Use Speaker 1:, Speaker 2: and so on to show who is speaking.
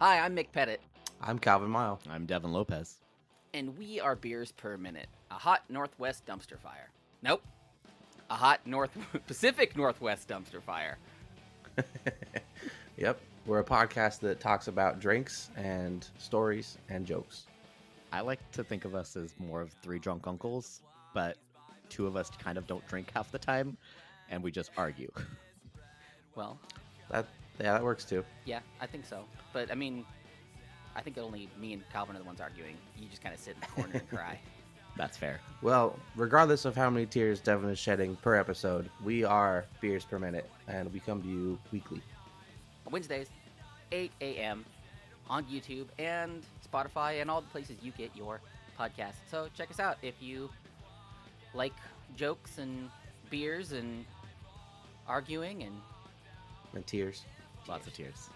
Speaker 1: Hi, I'm Mick Pettit,
Speaker 2: I'm Calvin Mile.
Speaker 3: I'm Devin Lopez.
Speaker 1: and we are Beers Per Minute, a hot Northwest dumpster fire. Nope. A hot North Pacific Northwest dumpster fire.
Speaker 2: Yep. We're a podcast that talks about drinks and stories and jokes.
Speaker 3: I like to think of us as more of three drunk uncles, but two of us kind of don't drink half the time, and we just argue.
Speaker 1: Well,
Speaker 2: That yeah, that works too.
Speaker 1: yeah, I think so. But I mean, I think only me and Calvin are the ones arguing. You just kind of sit in the corner and cry.
Speaker 3: That's fair.
Speaker 2: Well, regardless of how many tears Devin is shedding per episode, we are beers per minute, and we come to you weekly.
Speaker 1: Wednesdays, 8 a.m. on YouTube and Spotify and all the places you get your podcast. So check us out if you like jokes and beers and arguing and
Speaker 2: And tears.
Speaker 3: Lots of tears.